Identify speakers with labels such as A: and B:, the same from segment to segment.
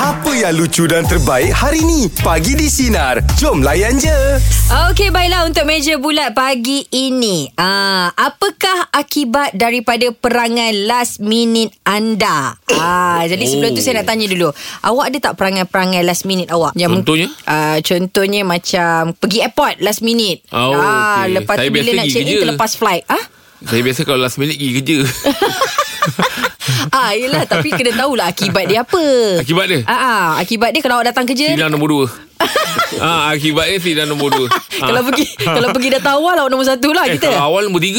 A: Apa yang lucu dan terbaik hari ni? Pagi di Sinar. Jom layan je.
B: Okey baiklah untuk meja bulat pagi ini. Ah, apakah akibat daripada perangai last minute anda? Ah, jadi
C: Oh.
B: sebelum tu saya nak tanya dulu. Awak ada tak perangai-perangai last minute awak? Yang
C: Contohnya?
B: Ah, contohnya macam pergi airport last minute. Ah,
C: Oh, okey.
B: lepas
C: Saya
B: tu bila
C: biasa
B: nak
C: pergi
B: check in
C: kerja.
B: terlepas flight. Ah?
C: Saya biasa kalau last minute pergi kerja
B: ah, yelah tapi kena tahulah akibat dia apa.
C: Akibat dia?
B: Ah, ah akibat dia kalau awak datang kerja
C: Sidang nombor 2 ha, Akibatnya sidang nombor 2
B: kalau pergi kalau pergi datang awal awak nombor satu lah
C: Ah. eh,
B: kita.
C: Kalau awal nombor 3 ha.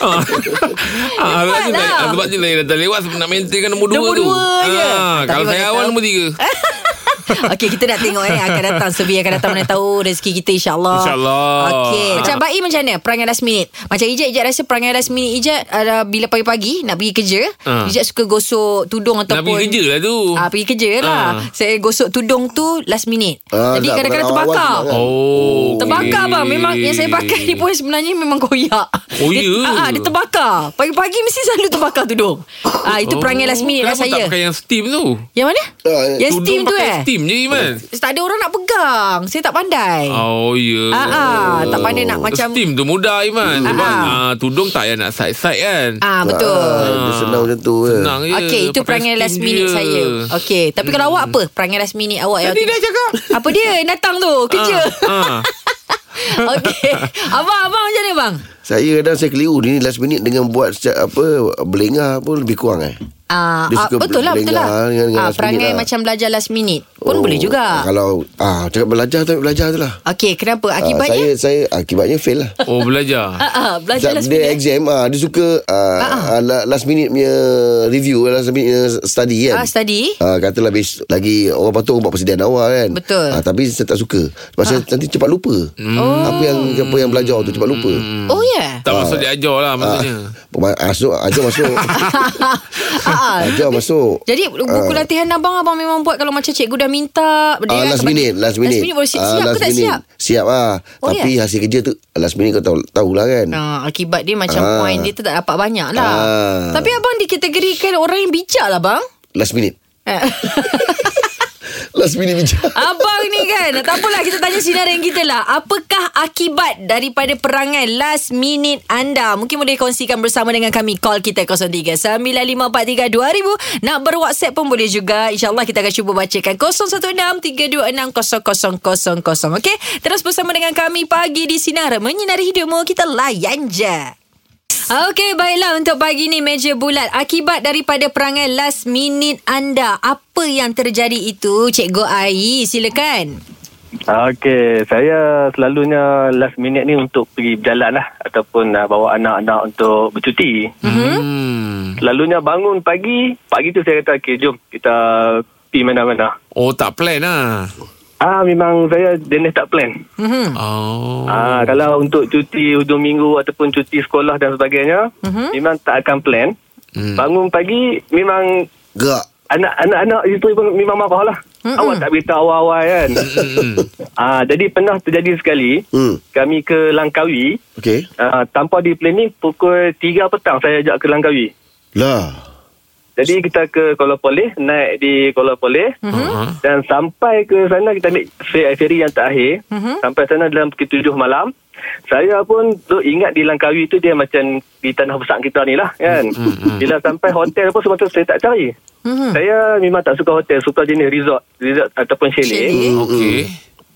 C: ha, sebab, tu,
B: Cepatlah.
C: lah. sebab tu lah yang datang lewat sebab nak maintainkan nombor 2
B: Nombor
C: tu Ah,
B: dua je. Tapi
C: Kalau
B: bagi
C: saya
B: tahu.
C: awal nombor
B: Eh,
C: 3
B: Okey kita nak tengok eh akan datang survey akan datang mana tahu rezeki kita insyaallah.
C: InsyaAllah.
B: Okey. Macam Baik macam mana perangai last minute? Macam Ijat Ijat rasa perangai last minute Ijat uh, bila pagi-pagi nak pergi kerja,
C: Ah.
B: Ijat suka gosok tudung
C: Nak
B: ataupun
C: pergi kerja lah tu
B: Ah pergi kerja lah.
C: Ah.
B: Saya gosok tudung tu last minute.
D: Ah,
B: Jadi
D: tak,
B: kadang-kadang
D: bukan awal-awal
B: terbakar.
D: juga kan?
C: Oh
B: Terbakar
C: okey.
B: bang Memang yang saya pakai ni pun Sebenarnya memang koyak
C: Oh,
B: dia,
C: ya?
B: ah, ah, dia terbakar Pagi-pagi mesti selalu terbakar tudung ah, Itu perangai last minute lah
C: Oh, Kenapa tak
B: saya
C: pakai yang steam tu
B: Yang mana?
D: Ah,
B: yang
C: Tudung
B: steam tu
C: pakai
B: eh
C: Steam je Iman
B: Tak ada orang nak pegang Saya tak pandai
C: Oh ya yeah.
B: Ah, ah, tak pandai nak macam-
C: Steam tu mudah Iman
B: Ah,
C: Sebab
B: ah.
C: ah, tudung tak payah nak side-side kan
B: Ah
D: Ah,
B: Betul
D: dia senang macam tu eh. je.
C: Senang je
B: Okey, itu
C: Ya, Pakai
B: perangai
C: steam
B: last minute
C: je.
B: saya. Okey, tapi kalau awak apa? Perangai last minute awak yang
C: Tadi dah cakap
B: Apa dia yang datang tu? Kerja.
C: ah.
B: Okey. Abang, abang macam mana bang?
D: Saya kadang saya keliru ni last minute dengan buat setiap apa belengah pun lebih kurang eh.
B: Ah,
D: Dia
B: ah,
D: suka
B: betul lah, betul lah.
D: berlengah dengan- dengan
B: Ah,
D: last
B: perangai
D: minute lah. Oh,
B: macam belajar last minute pun boleh juga.
D: Kalau ah cakap belajar tak belajar tu lah.
B: Okey, kenapa?
D: Ah, saya
B: Akibatnya?
D: saya akibatnya fail lah.
C: Oh belajar
B: Ah, ah, belajar
D: Sebab
B: last
D: dia
B: minute.
D: exam ah dia suka ah, ah, la- last minute punya review last minute punya study kan.
B: Ah, study.
D: Ah, katalah bes, lagi orang patut buat persediaan awal kan.
B: Betul. Ah. Hmm.
D: Ah, tapi saya tak suka. Sebab saya nanti cepat lupa. Apa yang apa yang belajar tu cepat lupa.
B: Oh, yeah.
C: Tak maksud dia ajar lah maksudnya
D: Ah, masuk ajar masuk.
B: Ah, ah.
D: ajar masuk.
B: Jadi buku latihan abang Abang memang buat Kalau macam cikgu dah minta dia
D: Ah,
B: kan
D: last
B: tak-
D: minute, last
B: Last
D: minute.
B: minute baru siap,
D: Ah,
B: siap ke
D: last
B: tak
D: minute.
B: siap
D: Siap ah.
B: Oh,
D: Tapi
B: ya?
D: hasil kerja tu last minute kau tahu tahulah kan.
B: Ah, akibat dia macam
D: Ah.
B: point dia tu tak dapat banyak lah
D: Ah.
B: Tapi abang dikategorikan orang yang bijak lah bang
D: Last minute.
B: Eh.
D: Last minute bincang.
B: Abang ni kan Tak apalah kita tanya sinaran kita lah Apakah akibat daripada perangai last minute anda Mungkin boleh kongsikan bersama dengan kami Call kita 03-9543-2000 Nak berwhatsapp pun boleh juga InsyaAllah kita akan cuba bacakan 016-326-0000 Okay Terus bersama dengan kami pagi di Sinar Menyinari hidupmu Kita layan je Okey, baiklah untuk pagi ni meja bulat. Akibat daripada perangai last minute anda, apa yang terjadi itu? Cikgu Ai, silakan.
E: Okey, saya selalunya last minute ni untuk pergi berjalan lah ataupun uh, bawa anak-anak untuk bercuti.
C: hmm.
E: Selalunya bangun pagi, pagi tu saya kata okey jom kita pergi mana-mana.
C: Oh tak plan lah
E: Ah memang saya jenis tak plan.
B: Mhm.
C: Oh
E: Ah kalau untuk cuti hujung minggu ataupun cuti sekolah dan sebagainya, memang tak akan plan.
C: Mhm. Hmm.
E: Bangun pagi memang
D: Gerak.
E: anak- anak-anak itu pun memang marah lah. Awak tak beritahu awal-awal kan.
C: Hmm.
E: ah jadi pernah terjadi sekali
D: Hmm.
E: kami ke Langkawi
D: Okey.
E: Uh, tanpa di planning pukul 3 petang saya ajak ke Langkawi.
D: Lah.
E: Jadi kita ke Kuala Poleh, naik di Kuala Poleh
C: Ah.
E: dan sampai ke sana kita ambil fe- feri yang terakhir. Sampai sana dalam pukul 7 malam. Saya pun tu ingat di Langkawi tu dia macam di tanah besar kita ni lah kan. Bila sampai hotel pun semasa saya tak cari.
B: Mhm.
E: Saya memang tak suka hotel, suka jenis resort, resort ataupun chalet.
C: Hmm.
B: Chalet.
C: Okey
D: Hmm.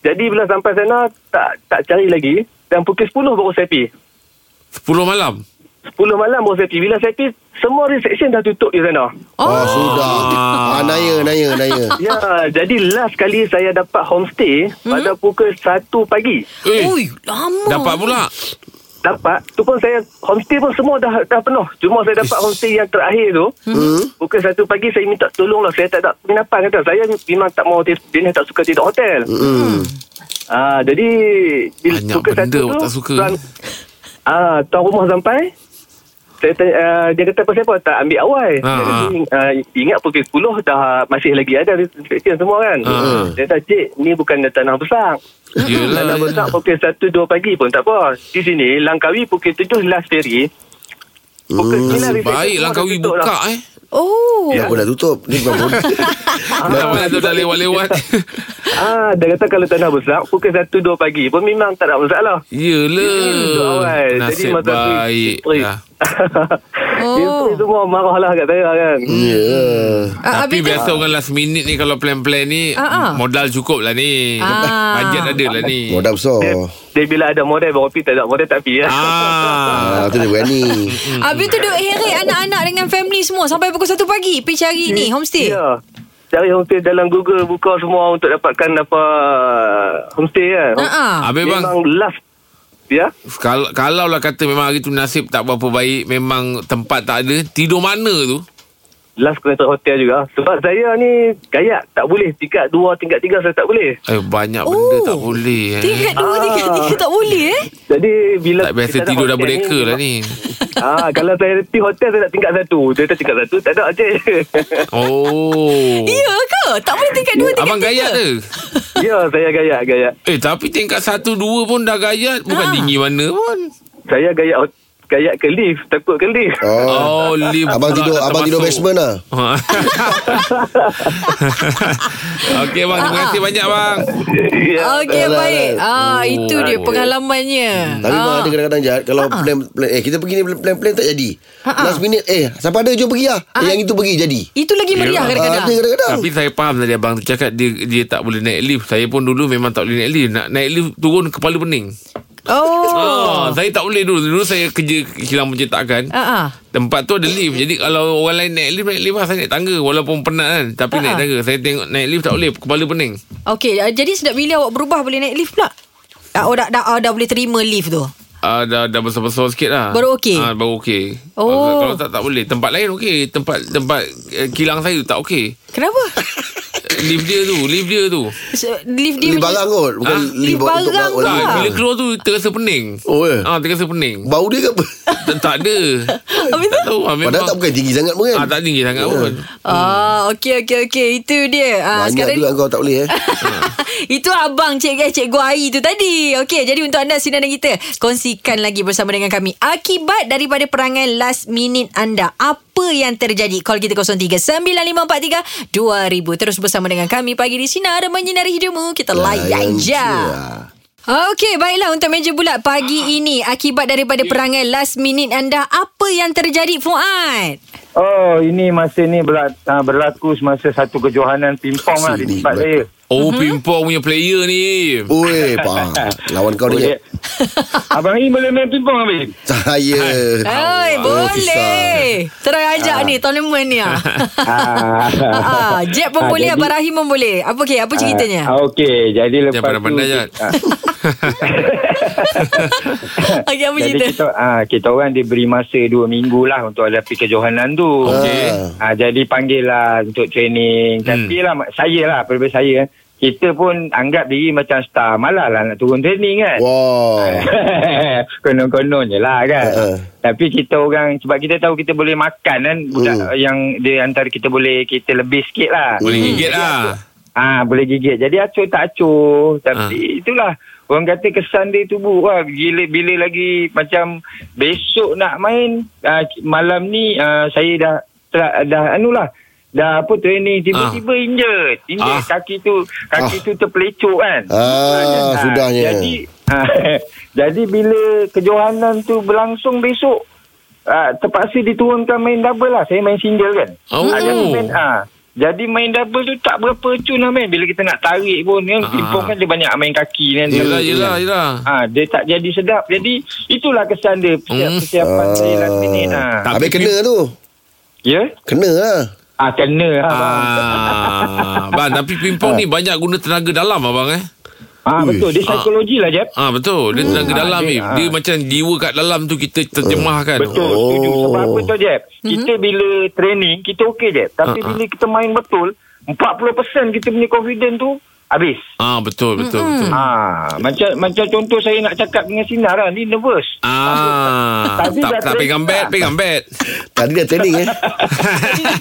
E: Jadi bila sampai sana tak tak cari lagi dan pukul 10 baru saya pergi.
C: 10 malam
E: 10 malam baru saya pergi. Bila saya pergi, semua reception dah tutup di sana.
D: Oh, ah, sudah. Ah, naya, naya, naya.
E: Ya, jadi last kali saya dapat homestay hmm? pada pukul 1 pagi.
C: Eh
B: Ui, lama.
C: Dapat pula
E: Dapat, tu pun saya, homestay pun semua dah dah penuh. Cuma saya dapat homestay yang terakhir tu, hmm? pukul 1 pagi saya minta tolong lah. Saya tak ada penginapan kata. Saya memang tak mau, tis- jenis tak suka tidur hotel.
D: Hmm.
E: Ah, jadi,
C: Banyak benda awak tak suka.
E: Tuan, ah, tuan rumah sampai, saya tanya, uh, dia kata apa siapa tak ambil awal.
C: Ha,
E: Saya
C: ha.
E: kata, uh, ingat pukul 10 dah masih lagi ada restriction semua kan.
C: Ha.
E: Dia kata, cik, ni bukan tanah besar.
C: Yelah
E: Tanah besar pukul 1-2 pagi pun tak apa. Di sini, Langkawi pukul 7 last ferry. Pukul 9
C: Baik Langkawi buka eh
B: Oh.
D: Dah Hmm. pun dah tutup Ni bukan pun
C: Mana tu dah lewat-lewat
E: Ah, dia kata kalau tanah besar pukul 1 2 pagi pun memang tak ada masalah.
B: Ya, Hmm.
E: Itu
B: eh.
C: Yelah
E: awal. Jadi
C: Nasib
E: masa tu
C: baik
E: isteri.
C: lah.
B: Oh.
E: Isteri semua marahlah kat saya kan.
D: Ya
B: Ah,
C: Tapi
B: habis tu-
C: biasa orang last minute ni Kalau plan-plan ni
B: Ah, ah.
C: Modal cukup lah ni
B: Ah.
C: Bajet ada lah ni
D: Modal besar
E: Dia, dia bila ada model baru pergi tak ada model tak pergi ya.
C: Ah,
D: Ah, tu dia berani
B: Habis tu duk heret anak-anak dengan family semua sampai pukul 1 pagi pergi cari ni homestay.
E: Ya. Cari homestay dalam Google buka semua untuk dapatkan apa homestay kan.
B: Ha ah.
C: Habis bang
E: Memang last ya.
C: kalau, kalau lah kata memang hari tu nasib tak berapa baik Memang tempat tak ada Tidur mana tu?
E: Last kena tak hotel juga Sebab saya ni Kayak tak boleh Tingkat dua, tingkat tiga Saya tak boleh
C: Eh, banyak benda
B: Oh.
C: tak boleh eh.
B: Tingkat dua, tingkat tiga tak boleh eh.
E: Jadi bila
C: Tak biasa
E: kita nak
C: tidur dah
E: hotel
C: berdeka lah ni
E: ah, Kalau saya pergi hotel Saya nak tingkat satu Dia kata tingkat satu Tak ada je
C: Oh
B: Ya ke? Tak boleh tingkat dua, tingkat
C: Abang
B: tiga.
C: gayat ke?
E: Ya saya gaya gaya
C: Eh tapi tingkat 1 2 pun dah gayat Bukan
B: Ah.
C: tinggi mana pun
E: Saya gaya gaya ke lift Takut ke lift
C: Oh,
D: Oh
C: lift pula
D: Abang tidur
C: tak
D: Abang tidur
C: termasuk. Ha.
D: basement lah
C: Okey bang, terima kasih banyak bang.
E: Ya.
B: Okey
D: Alah,
B: baik. Ah itu dia
C: alah.
B: pengalamannya.
D: Tapi memang
B: Ah. Ah,
D: ada kadang-kadang Jad Kalau plan, plan Eh kita pergi ni plan-plan tak jadi
B: Ha-ha.
D: Last minute Eh siapa ada jom pergi lah eh, Yang itu pergi jadi
B: Itu lagi meriah
C: Yelah.
D: Ah,
B: Ah, kadang-kadang.
D: Ada kadang-kadang
C: Tapi saya faham tadi abang tu cakap dia dia tak boleh naik lift. Saya pun dulu memang tak boleh naik lift. Nak naik lift turun kepala pening.
B: Oh.
C: Ah, saya tak boleh dulu. Dulu saya kerja kilang pencetakan.
B: Ah ah.
C: Tempat tu ada lift. Jadi kalau orang lain naik lift, naik lift lah. Saya naik tangga walaupun penat kan. Tapi
B: Ah,
C: naik
B: ah.
C: tangga. Saya tengok naik lift tak boleh. Kepala pening.
B: Okey, ah, jadi sedap bila awak berubah boleh naik lift pula? Ah, oh, dah, dah, ah, dah boleh terima lift tu.
C: Ah, dah dah besar-besar sikit lah
B: Baru okey?
C: ah, Baru okey
B: Oh.
C: Kalau tak tak boleh Tempat lain okey Tempat tempat eh, kilang saya tu tak okey
B: Kenapa?
C: Lift dia tu Lift dia tu
B: So, lift dia
D: Li
B: macam-
D: barang kot Bukan
C: Ah,
B: li
D: untuk
B: barang
D: barang-
B: pula.
C: Tak,
B: Ah.
C: bila keluar tu terasa pening.
D: Oh,
B: ya?
D: eh?
C: Ah, terasa pening.
D: Bau dia ke apa
C: tak, tak ada.
B: Habis tu?
C: tak tahu. Ah, memang,
D: Padahal tak bukan tinggi sangat pun
C: Ah,
D: kan
C: tak tinggi sangat pun.
B: Ah, okey okey okey, itu dia. Ah,
D: Banyak juga kau tak boleh eh
B: Itu abang cik eh, cikgu Ai tu tadi. Okey, jadi untuk anda sinar dan kita kongsikan lagi bersama dengan kami akibat daripada perangai last minute anda. Apa yang terjadi? Call kita 0395432000 terus bersama dengan kami pagi di sinar menyinari hidupmu. Kita
D: Ya,
B: layan
D: Layan
B: je. Okey, baiklah untuk meja bulat pagi ini akibat daripada perangai last minute anda apa yang terjadi Fuad?
F: Oh, ini masa ni berla- ah, berlaku semasa satu kejohanan pingpong lah di
D: Sini,
F: tempat
D: baik.
F: saya.
C: Oh,
F: Mhm.
C: pingpong punya player ni.
D: Oi, pa. Lawan kau
F: Boleh.
D: dia.
F: Abang ni boleh main pingpong habis?
D: Saya.
B: Hai,
D: lah.
B: boleh. Terus ajak ni tournament ni ah. ah, Jeb pun boleh, Abang Rahim pun boleh. Apa okay, apa ceritanya?
F: Ah, Okey, jadi
C: Jangan
F: lepas tu...
C: pandai-pandai, Jad.
F: Ah,
B: Okey, apa
F: jadi
B: cerita?
F: kita, ah, kita orang diberi masa dua minggu lah untuk hadapi kejohanan tu.
C: Okey.
F: Ah, jadi panggil lah untuk training. Tapi lah, mak- saya lah, peribadi saya kan. Kita pun anggap diri macam star. Malah lah nak turun training kan.
D: Wow. Eh.
F: Konon-konon je lah kan
D: Uh-uh.
F: Tapi kita orang Sebab kita tahu kita boleh makan kan Budak
D: Hmm.
F: yang Di antara kita boleh Kita lebih sikit lah
C: Boleh gigit lah.
F: Ah ha, Boleh gigit Jadi acuh tak
D: Ah.
F: acuh Tapi itulah Orang kata kesan dia tu buruk lah Gila, Bila lagi Macam Besok nak main ah, Malam ni ah, Saya dah Dah, dah anu lah Dah apa training Tiba-tiba injet
C: Ah.
F: Injet kaki tu Kaki
D: Ah.
F: tu terpelecok kan
D: Ah, sudahnya.
F: Jadi ah, Jadi bila Kejohanan tu Berlangsung besok ah, Terpaksa diturunkan Main double lah Saya main single kan
C: Oh.
F: Ah, jadi main, ah, jadi main double tu tak berapa cun lah main. Bila kita nak tarik pun kan.
C: Ah.
F: Timpong kan dia banyak main kaki kan.
C: Yelah, yelah, yelah.
F: Ha, dia tak jadi sedap. Jadi itulah kesan dia. Persiap,
C: Hmm. Ah.
F: Persiapan saya last minute. Ha.
C: Tak-
D: Ah. Habis kena tu.
F: Ya?
D: Kena lah.
F: Ah, kena lah.
C: Ah, bang, tapi pingpong ni banyak guna tenaga dalam abang eh.
F: Ah, betul. Dia psikologi lah, Jeb.
C: Ah betul, dia tenaga dalam ni.
F: dia-
C: Dia macam jiwa kat dalam tu kita kan. terjemahkan.
F: Betul,
D: Oh.
F: oh. setuju. Sebab apa tu, Jeb? Kita bila training, kita okey, Jeb. Tapi
C: Ah, ah.
F: bila kita main betul, 40% kita punya confident tu habis.
C: Ah betul, betul, betul.
F: Ah, macam macam contoh saya nak cakap dengan Sinar lah. Ni nervous.
C: Ah,
F: Tadi
C: tak
F: dah
C: tak
F: train
C: pegang
F: tak?
C: bet, pegang bet.
D: Tadi dah training eh.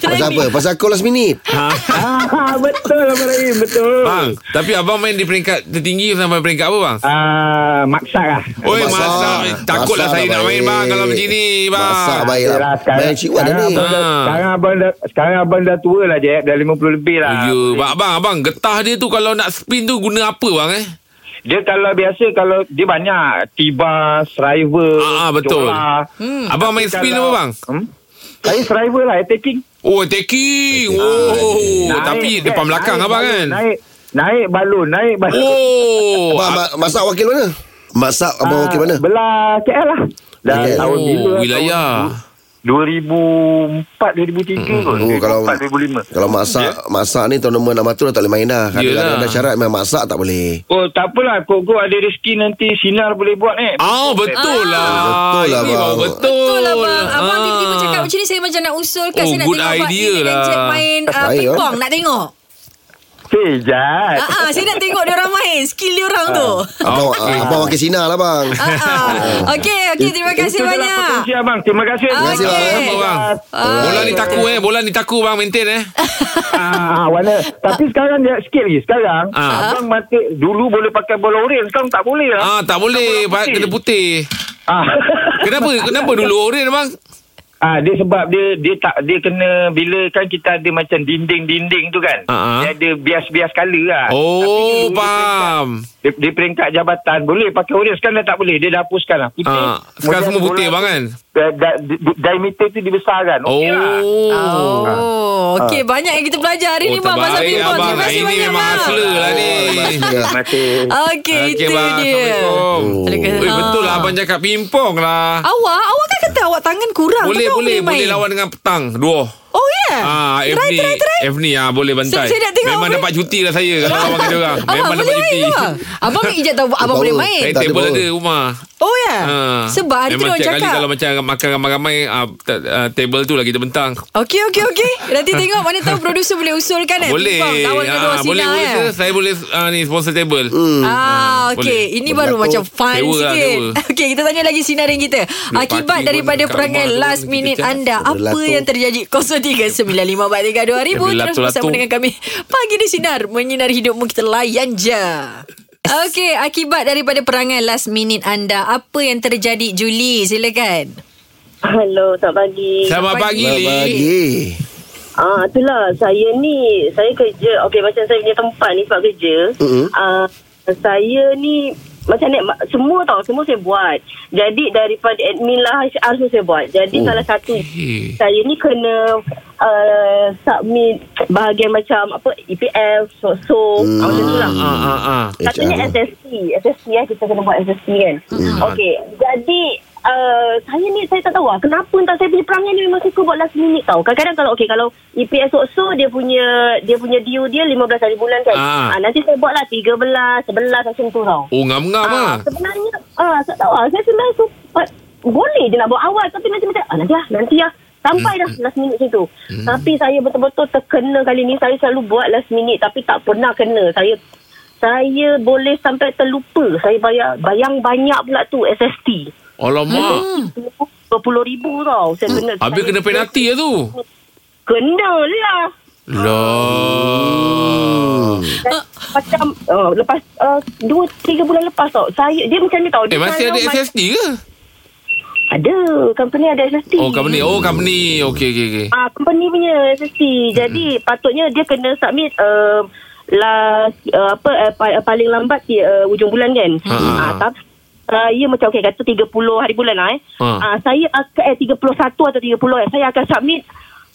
D: Pasal apa? Pasal kau last minute.
F: Ah, betul Abang Rahim, betul.
C: Bang, tapi abang main di peringkat tertinggi sampai peringkat apa bang?
F: Ah, maksak lah.
C: Oi, Oh,
D: Masak.
C: masak. Takutlah
D: Masak
C: saya nak main
D: baik.
C: bang kalau macam ni, bang.
D: Masak baik lah
F: Yelah,
D: Main cik ada ni
F: Abang dah,
C: Ah.
F: sekarang, abang dah, sekarang abang dah tua lah Jeb Dah 50 lebih lah
C: Ya, bang, abang, abang, getah dia tu kalau nak spin tu guna apa bang eh?
F: Dia kalau biasa Kalau dia banyak Tiba Driver
C: Ah, ah, betul.
F: hmm.
C: Abang main spin apa bang?
F: Hmm? Saya driver lah Attacking
C: Oh, taking. Oh, tapi depan belakang abang
F: balon,
C: kan?
F: Naik Naik balon Naik balon
C: Oh,
D: Abang, ma- Masak wakil mana? Masak abang wakil
G: Ah,
D: mana?
F: Belah KL lah Dah
D: Belah.
F: tahun bila
C: oh wilayah.
F: 2004 2003 kot
D: Oh, kalau
F: 2004 2005
D: kalau masak masak ni tournament amatur tak boleh main dah. Kadang-kadang
C: Ya. Yelah.
D: ada syarat memang masak tak boleh.
F: Oh tak apalah Kok-kok ada rezeki nanti Sinar boleh buat eh
C: Oh, betul lah.
D: Betul lah,
C: Ini baru
D: abang.
C: Betul.
B: Betul lah bang Abang
C: Ah.
B: tiba-tiba cakap macam ni Saya macam nak usulkan
C: Oh,
B: Saya nak
C: good
B: tengok Abang
C: idea
B: Ini dan
C: lah.
B: Jack main uh,
D: Baik,
B: pingpong Nak tengok
F: Sejat
B: Ah, ah, Saya nak tengok diorang main Skill diorang
F: Ah.
B: tu
D: Abang,
C: Ah, Okey.
D: abang wakil Sina lah bang.
B: Ah, ah. Okey okey Terima kasih
F: Itulah
B: banyak
F: potensi abang. Terima kasih.
B: Terima
D: kasih,
B: Okey.
C: Apa bang?
B: Ah.
C: Bola ni taku eh. Bola ni taku bang. Maintain eh.
F: Ah, warna. Tapi sekarang dia sikit lagi. Sekarang
C: Ah.
F: abang mati dulu boleh pakai bola oren, sekarang tak boleh lah.
C: Ah, tak boleh. Pak, Kena putih.
F: Ah.
C: Kenapa? Kenapa dulu oren bang?
F: Ah, dia sebab dia dia tak dia kena bila kan kita ada macam dinding-dinding tu
C: Ah,
F: kan.
C: ah.
F: Dia ada bias-bias colour lah.
C: Oh,
F: Tapi dulu
C: faham.
F: Di, di peringkat jabatan boleh pakai oren sekarang dah tak boleh. Dia dah hapuskan lah. Putih.
C: Ah, sekarang semua putih bang kan?
F: Da, da, di- diameter tu dibesarkan. Okey lah.
C: Oh.
B: Oh,
F: Ah.
B: okey banyak yang kita belajar hari
C: Oh,
B: ni bang pasal
C: terbaik
B: pingpong.
C: abang.
B: Terima kasih
C: Ini
B: banyak
C: memang
B: bang.
C: hustler lah ni.
F: Terima kasih.
B: Okey,
C: Okey
B: Ah, itu
C: bang.
B: dia.
C: Assalamualaikum.
B: Waalaikumsalam.
C: Eh, betul lah abang cakap pingpong lah.
B: Awak, awak kan kata awak tangan kurang.
C: Boleh,
B: Takkan awak
C: boleh.
B: main?
C: Boleh lawan dengan petang. Dua.
B: Oh, ya?
C: Ah,
B: Try,
C: Evni.
B: try, try.
C: Evni ah boleh
B: Saya-
C: bantai.
B: saya nak tengok
C: Memang
B: boleh.
C: dapat cuti lah saya kalau lawan dengan dia orang.
B: Abang
C: Memang
B: boleh
C: dapat
B: main
C: cuti.
B: ke bang? Abang ni ijat tahu abang
D: Power.
B: boleh main.
C: Saya
D: Tak ada
C: table
D: power.
C: ada rumah.
B: Oh ya.
C: Ah.
B: Sebab hari tu
C: Memang
B: orang
C: tiap kali
B: cakap.
C: kalau macam makan ramai-ramai ah, ta- ah, table tu lagi terbentang.
B: Okey okey okey. Nanti tengok mana tahu producer boleh usulkan eh.
C: Boleh.
B: Bang, lawan kedua
C: Ah,
B: Sina
C: boleh, boleh.
B: eh.
C: sir. Saya boleh ah, ni sponsor table.
D: Hmm.
B: Ah,
C: boleh.
B: okey. Ini baru macam fun
C: Sewa lah,
B: sikit.
C: sewa.
B: Okey, kita tanya lagi sinarin kita. Akibat
C: pagi
B: daripada
C: pun kat
B: perangai
C: rumah tu
B: last
C: kita
B: minute
C: cakap.
B: anda, apa
D: Berlatur.
B: yang terjadi? 0395432000 terus
C: Berlatur-latur.
B: bersama dengan kami. Pagi di sinar menyinari hidupmu kita layan je. Okey, akibat daripada perangai last minute anda, apa yang terjadi Julie? Silakan.
G: Hello, selamat pagi.
C: Selamat pagi,
D: Selamat
C: Li.
D: pagi.
G: Ah, itulah saya ni, saya kerja, okey macam saya punya tempat ni sebab kerja.
D: Mm-mm.
G: Ah, saya ni macam naik ma- semua tau, semua saya buat. Jadi daripada admin lah HR semua saya buat. Jadi oh. salah satu
C: Okey.
G: saya ni kena uh, submit bahagian macam apa E EPF, so so hmm. macam tu lah.
C: Ah, ah, ah.
D: Eh,
G: Katanya
D: HR.
G: SST SST eh Kita kena buat SST kan Okay Jadi uh, Saya ni Saya tak tahu lah Kenapa tak Saya punya perangai ni Memang suka buat last minute tau Kadang-kadang kalau Okay kalau E EPS so Dia punya Dia punya due dia 15 hari bulan kan
C: Ah.
G: ah. Nanti saya buat lah 13 11 macam tu tau
C: Oh, ngam-ngam ah.
G: Ah, Sebenarnya ah, Tak tahu lah Saya sebenarnya suka Boleh je nak buat awal Tapi macam-macam ah, Nanti lah Nanti lah
C: Hmm,
G: Sampai dah last minute macam tu Tapi saya betul-betul terkena kali ni Saya selalu buat last minute Tapi tak pernah kena Saya saya boleh sampai terlupa Saya bayar Bayang banyak pula tu SST
B: Ah. Hmm.
C: Alamak.
G: RM20,000 tau Saya kena
C: Hmm. Habis
G: saya-
C: kena penalti lah tu.
G: Kena lah
C: Lah.
G: Dan Macam uh, Lepas uh, Dua tiga bulan lepas tau Saya Dia macam ni tau
C: Eh,
G: dia
C: masih ada
G: kalau ma-
C: SST ke?
G: Ada Company ada SST
C: Oh, company. Oh, company. Okey, okey, okey.
G: Ah, company punya SST.
C: Hmm.
G: Jadi patutnya dia kena submit uh, last uh, apa uh, pa- uh, paling lambat di uh, ujung bulan kan.
C: Ha.
G: Ah, tapi saya macam okay, kata 30 hari bulan lah eh.
C: Ha.
G: Ah, saya akan eh 31 atau 30 eh. Saya akan submit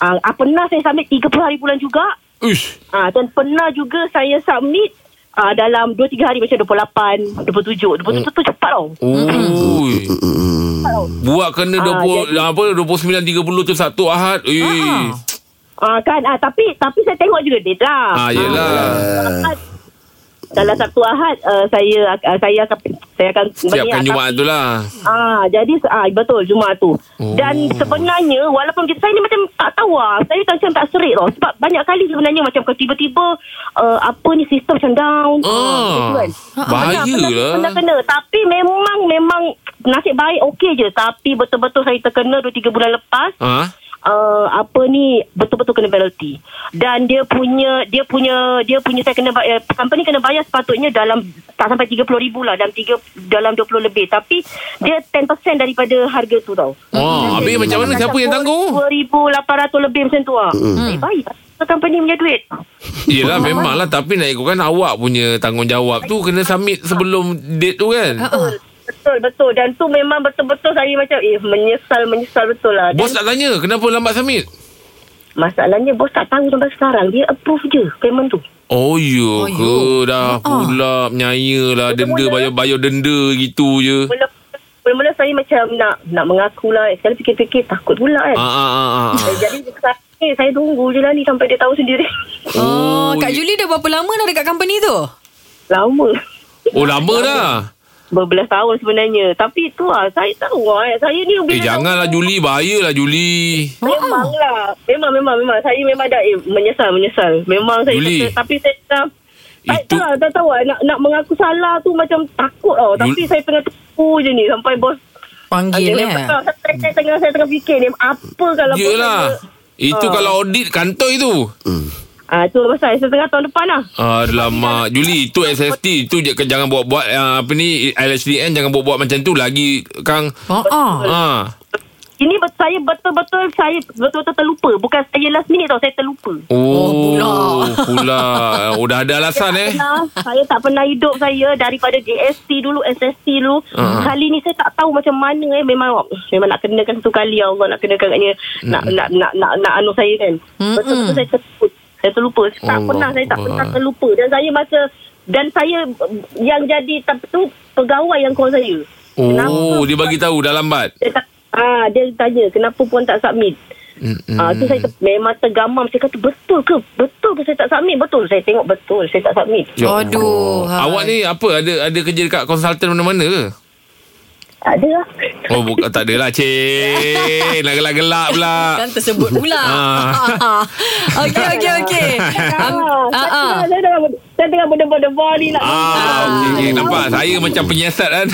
G: ah, ah, pernah saya submit 30 hari bulan juga.
C: Uish.
G: Ah, dan pernah juga saya submit ah, dalam 2 3 hari macam 28, 27. 27 tu cepat tau.
C: Ui. Buat kena
G: Ah,
C: 20 apa 29 30 tu Sabtu Ahad. Eh.
G: Ah, kan ah, tapi tapi saya tengok juga date lah.
C: Ah, yelah.
D: Ah.
G: Dalam Sabtu Ahad uh, saya uh, saya akan saya akan
C: Siapkan
G: berniat.
C: Jumaat tu lah.
G: Ah jadi ah betul Jumaat tu. Oh. Dan sebenarnya walaupun kita saya ni macam tak tahu ah. Saya tak macam tak serik tau sebab banyak kali sebenarnya macam kalau tiba-tiba uh, apa ni sistem macam down.
C: Ah.
G: kan.
C: Bahaya
G: Pernah-
C: lah.
G: Pernah kena tapi memang memang nasib baik okey je tapi betul-betul saya terkena 2 3 bulan lepas.
C: Ha?
G: uh, apa ni betul-betul kena penalty dan dia punya dia punya dia punya saya kena bayar company kena bayar sepatutnya dalam tak sampai 30 ribu lah dalam 3 dalam 20 lebih tapi dia 10% daripada harga tu tau
C: Oh, habis macam mana? Siapa yang tanggung?
G: 2800 lebih macam tu ah eh, baik company punya duit
C: Yelah memanglah Tapi nak ikutkan awak punya Tanggungjawab tu Kena submit sebelum date tu kan
B: Uh-uh.
G: betul betul dan tu memang betul-betul saya macam eh menyesal menyesal betul lah
C: Bos tak tanya Kenapa lambat submit
G: masalahnya bos tak tahu sampai sekarang dia approve je payment tu
C: Oh ya
B: Oh,
C: ke
B: ya.
C: Dah pula Menyaya lah Denda
G: Mula-mula-
C: Bayar-bayar denda gitu je
G: mula mula-mula saya macam nak nak mengakulah eh, sekali fikir-fikir takut pula kan
C: Ah,
G: ah.
C: ah, ah, ah.
G: jadi sekarang ni saya tunggu je lah ni sampai dia tahu sendiri
B: Oh,
C: Oh,
B: Kak
C: ye-
B: Julie dah berapa lama dah dekat company tu?
G: lama
C: Oh lama dah
G: berbelas tahun sebenarnya tapi tu lah saya tahu lah eh. saya ni
C: Eh janganlah Oh. Juli Bahayalah Juli
B: Ha,
G: memang lah memang memang memang saya memang dah eh, menyesal menyesal memang saya
C: Juli.
G: kata, tapi saya dah tak
C: Itu-
G: tahu lah, tak tahu lah. Nak, nak mengaku salah tu macam takut tau. Tapi
C: Jul-
G: saya tengah tunggu je ni sampai bos.
B: Panggil
G: Saya
B: eh.
G: tengah, saya, tengah, saya tengah fikir ni apa kalau bos
C: Yelah
G: saya-
C: Itu
G: Ah.
C: kalau audit kantor itu
G: Ah, tu lah pasal setengah tahun depan lah.
C: Alamak Juli itu SST Itu je jangan buat-buat ah, Apa ni LHDN jangan buat-buat macam tu Lagi Kang
B: Oh,
C: Ah,
G: Ini bet- saya betul-betul saya betul-betul terlupa. Bukan saya last minute tau, saya terlupa.
C: Oh,
B: pula.
C: pula. Oh, dah ada alasan eh.
G: Nah, saya tak pernah hidup saya daripada JST dulu, SST dulu.
C: Ah.
G: Kali ni saya tak tahu macam mana eh memang memang nak kenakan satu kali ya Allah nak kenakan katnya
C: Hmm.
G: nak nak nak nak, nak anu saya kan. Betul-betul saya terlupa. Saya terlupa. Saya tak
C: Allah
G: pernah saya tak
C: Akbar.
G: pernah terlupa dan saya masa dan saya eh, yang jadi tapi tu pegawai yang call saya.
C: Oh, dia bagi tahu dah lambat.
G: dia tak, ah dia tanya kenapa puan tak submit.
C: Mm-mm.
G: Ah tu saya ter, memang tergamam saya kata betul ke betul ke saya tak submit betul saya tengok betul saya tak submit.
C: Ya Allah.
B: Aduh, hai.
C: Awak ni apa ada ada kerja dekat konsultan mana-mana ke?
G: Tak ada lah.
C: Oh, bukan tak adalah, cik. Nak gelak-gelak pula.
B: Kan tersebut pula.
C: Ah.
B: okey, okey, okey. Um,
G: ah,
B: ah, ah.
G: saya, saya tengah saya tengah benda-benda ni nak
C: Ah, okey, okey. nampak saya macam penyiasat kan.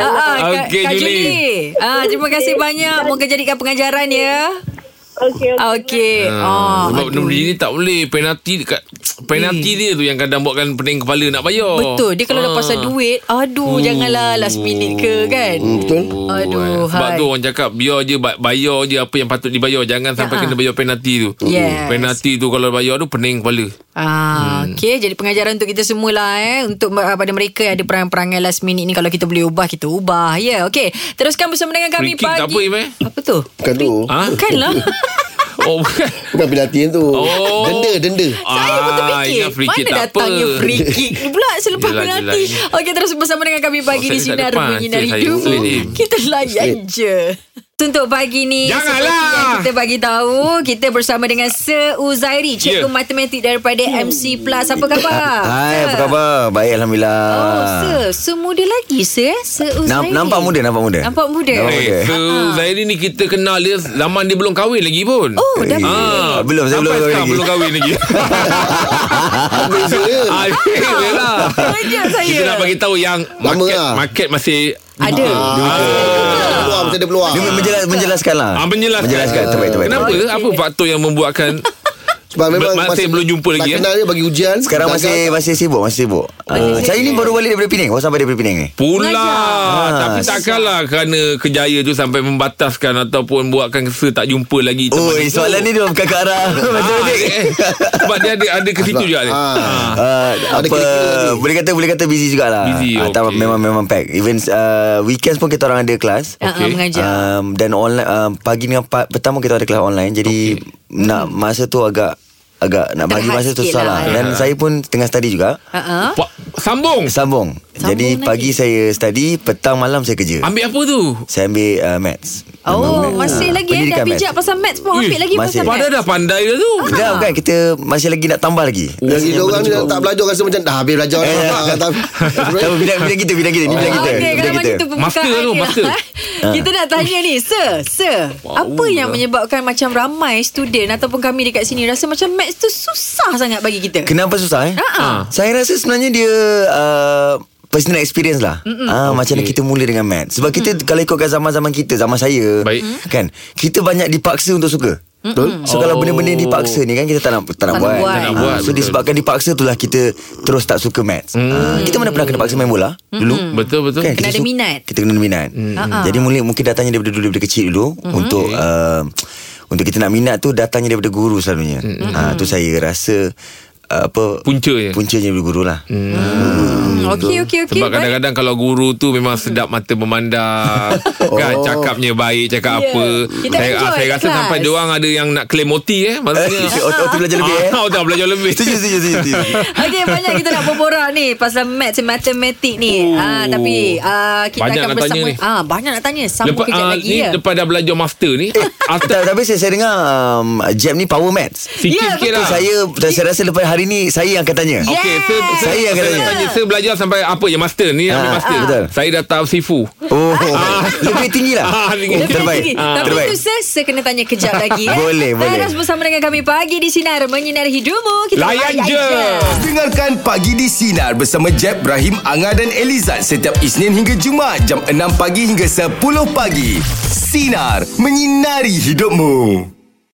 B: Ah, ah, Kak-
C: Okey,
B: Kak
C: Julie.
B: Julie. Ah, terima kasih banyak. Moga jadikan pengajaran ya.
G: Okey.
B: Ah, Okey.
C: Ah,
B: Ah,
C: sebab
B: aduh. Hmm.
C: benda ni tak boleh penalti dekat penalti dia tu yang kadang buatkan pening kepala nak bayar. Ah.
B: Betul. Dia kalau dah pasal duit, aduh janganlah last minute ke kan.
D: Betul?
B: Aduh,
C: Oh, eh. Sebab
B: hai.
C: tu orang cakap Biar je ba- Bayar je apa yang patut dibayar Jangan sampai
B: Ya,
C: kena bayar penalti tu
B: Yes.
C: Penalti tu kalau bayar tu Pening kepala
B: Ah, hmm. okay. Jadi pengajaran untuk kita semualah eh. Untuk uh, pada mereka yang ada perangai-perangai last minute ni. Kalau kita boleh ubah, kita ubah. Ya, yeah, okay. Teruskan bersama dengan kami
C: Free kick
B: pagi.
C: tak apa Im eh
B: apa tu?
D: Bukan tu.
G: Ah.
C: Ha?
B: Bukanlah.
C: Oh bukan
D: Bukan penaltian tu.
C: Oh.
D: Denda, denda.
B: Saya pun terfikir
C: ingat Ah, free kick
B: Mana
C: tak
B: datangnya
C: apa.
B: free kick ni pula Selepas
C: Yelah,
B: penalti
C: yelah.
B: Okey terus bersama dengan kami pagi
C: Oh,
B: di
C: saya tak
B: Sinar
C: depan.
B: Menyinari
C: Saya- saya
B: Hidup
C: slip ni.
B: Kita layan je untuk pagi ni
C: Janganlah.
B: seperti yang kita bagi tahu Kita bersama dengan Sir Uzairi Cikgu
C: Ya.
B: matematik daripada MC Plus Apa khabar?
H: Hai, apa khabar? Baik, Alhamdulillah.
B: Oh, Sir Sir muda lagi Sir eh? Sir Uzairi
H: Nam- nampak muda, nampak muda.
B: Nampak muda
H: Nampak muda.
C: Eh, so Zairi ni kita kenal dia Zaman dia belum kahwin lagi pun
B: Oh, dah
H: Eh,
B: kahwin.
C: Ah,
H: Belum, saya belum
C: sampai
H: kahwin
C: sekarang
H: lagi.
C: belum kahwin lagi.
D: Beza dia.
C: ah,
H: lah.
C: yelah.
B: Kejap saya Ah,
C: Kita nak bagi tahu yang
D: Lama
C: market,
D: lah.
C: market masih
B: Ada
H: Ah,
D: Ada peluang, Macam ada peluang.
H: Dia menjelas, menjelaskan lah.
C: ah, menjelaskan.
H: Menjelaskan, terbaik, terbaik.
C: Kenapa?
H: terbaik.
C: Apa faktor yang membuatkan
D: Sebab memang
C: Masih belum jumpa
D: tak
C: lagi, eh?
D: kenal dia bagi ujian.
H: Sekarang
D: gagal.
H: masih masih sibuk, masih sibuk. Ah, saya ni baru balik daripada Penang. Baru sampai daripada Penang ni.
C: Pula
H: Mengajar.
C: Tapi
H: Ah,
C: takkanlah Kerana kejaya tu Sampai membataskan Ataupun buatkan Kesa tak jumpa lagi
H: Oh,
C: teman
H: eh,
C: itu.
H: soalan ni dia bukan ke arah matematik.
C: eh, Sebab Ya, dia ada Ada ke situ juga ni
D: Ah.
H: Ah,
D: Ada
H: apa
D: kira-kira ni.
H: boleh kata boleh kata busy jugalah.
C: Busy,
H: Ah, tak,
C: okey.
H: memang memang pack. Even uh, weekends pun kita orang ada kelas.
B: Ah, ah,
C: Okey.
B: Mengajar
H: Um, dan online um, pagi dengan pa- petang pun kita ada kelas online. Jadi
C: Okey.
H: nak masa tu agak agak nak bagi
B: Terhad
H: masa tu
B: sikit
H: susah
B: lah,
H: lah.
B: eh.
H: Dan saya pun tengah study juga.
B: Ah, ah.
C: Pa- Sambung
H: Sambung. Jadi
B: lagi.
H: pagi saya study, petang malam saya kerja.
C: Ambil apa tu
H: saya ambil uh, maths. Memang
B: Oh,
H: maths.
B: masih
H: Ah,
B: lagi eh
H: pendidikan
B: Dah
H: maths.
B: bijak pasal maths pun Ambil
C: Ih,
B: lagi
H: masih.
B: pasal maths
C: Padahal dah pandai dah tu
B: Ah.
H: Dah bukan kan? kita masih lagi nak tambah lagi.
D: Yang
H: Rasanya
D: kita orang ni
H: belum cukup.
D: tak belajar rasa macam dah habis belajar.
H: Eh,
D: dah. Ah,
H: tak-
D: Tapi-
H: Tahu bidang bidang kita bidang kita ni bidang kita.
B: Ah, Okey, kalau
H: bidang
B: macam
H: kita.
B: tu pembukaan
C: Master tu,
B: ni lah.
C: master.
B: Kita nak tanya ni, sir, sir,
C: Wow
B: apa yang
C: lah.
B: menyebabkan macam ramai student ataupun kami dekat sini rasa macam maths tu susah sangat bagi kita?
H: Kenapa susah eh?
B: Ha-ha.
H: Saya rasa sebenarnya dia uh, personal experience lah. Ah, okay. Macam mana kita mula dengan Matt. Sebab kita mm. kalau ikutkan zaman-zaman kita, zaman saya.
C: Baik.
H: Kan, kita banyak dipaksa untuk suka. Betul? So oh. kalau benda-benda yang dipaksa ni kan kita tak nak tak
B: Tak nak
H: nak buat.
B: buat. Tak
C: nak
H: Ah,
C: buat,
H: so
C: betul.
H: disebabkan dipaksa itulah kita terus tak suka maths.
C: Mm.
H: Ah, kita mana pernah kena paksa main bola dulu?
C: Betul betul.
B: Kena
H: Kan, kita
B: ada
H: su-
B: minat.
H: Kita kena ada minat.
B: Ah,
H: Hmm.
B: Mhm. ah.
H: Jadi mungkin mungkin datangnya daripada dulu daripada kecil dulu untuk uh, untuk kita nak minat tu datangnya daripada guru selalunya.
B: Hmm.
H: Ah tu saya rasa uh, apa
C: Puncanya.
H: puncanya daripada guru lah.
B: Hmm, okey okey okey.
C: Sebab
B: baik.
C: kadang-kadang kalau guru tu memang sedap mata memandang kan
H: Oh.
C: cakapnya baik
B: Ya.
C: cakap apa.
B: Kita
C: saya
B: enjoy
C: ah, saya
B: kat
C: rasa
B: kelas.
C: sampai dia orang ada yang nak claim OT eh maksudnya.
H: Eh, Otak otak belajar lebih eh.
C: Ah, otak belajar lebih.
H: Setuju setuju setuju, setuju.
B: Okey banyak kita nak berborak ni pasal maths dan matematik ni.
C: Oh.
B: Ah tapi ah kita
C: Banyak
B: akan
C: nak
B: bersama
C: tanya ni.
B: ah banyak nak tanya sambung
C: Lepas,
B: kejap
C: ah,
B: lagi
C: ni
B: ya.
C: lepas dah belajar master ni ah,
H: Ta-
C: after
H: Tapi saya, saya dengar um, Jam ni power maths.
C: sikit
B: Ya,
C: sikit
B: betul.
C: lah.
H: Saya saya rasa lepas hari ni saya yang akan tanya.
B: Ya.
C: Okey, saya,
B: Yes.
H: Saya akan
C: nak
H: tanya.
C: tanya. Saya belajar sampai apa je master ni ambil
H: Ah,
C: master.
H: betul.
C: Saya dah tahap sifu.
H: Oh, lebih tinggi lah.
C: Ah, tinggi.
H: Oh,
B: Lebih
H: terbaik.
B: tinggi.
H: Ah.
B: Tapi
H: Terbaik.
B: itu saya, saya kena tanya kejap lagi ya.
H: Boleh, boleh.
B: Terus bersama dengan kami pagi di Sinar Menyinari Hidupmu. Kita
C: Layan je.
A: Dengarkan Pagi di Sinar bersama Jeb, Ibrahim, Anga dan Elizad setiap Isnin hingga Jumaat jam 6 pagi hingga 10 pagi. Sinar. Menyinari hidupmu.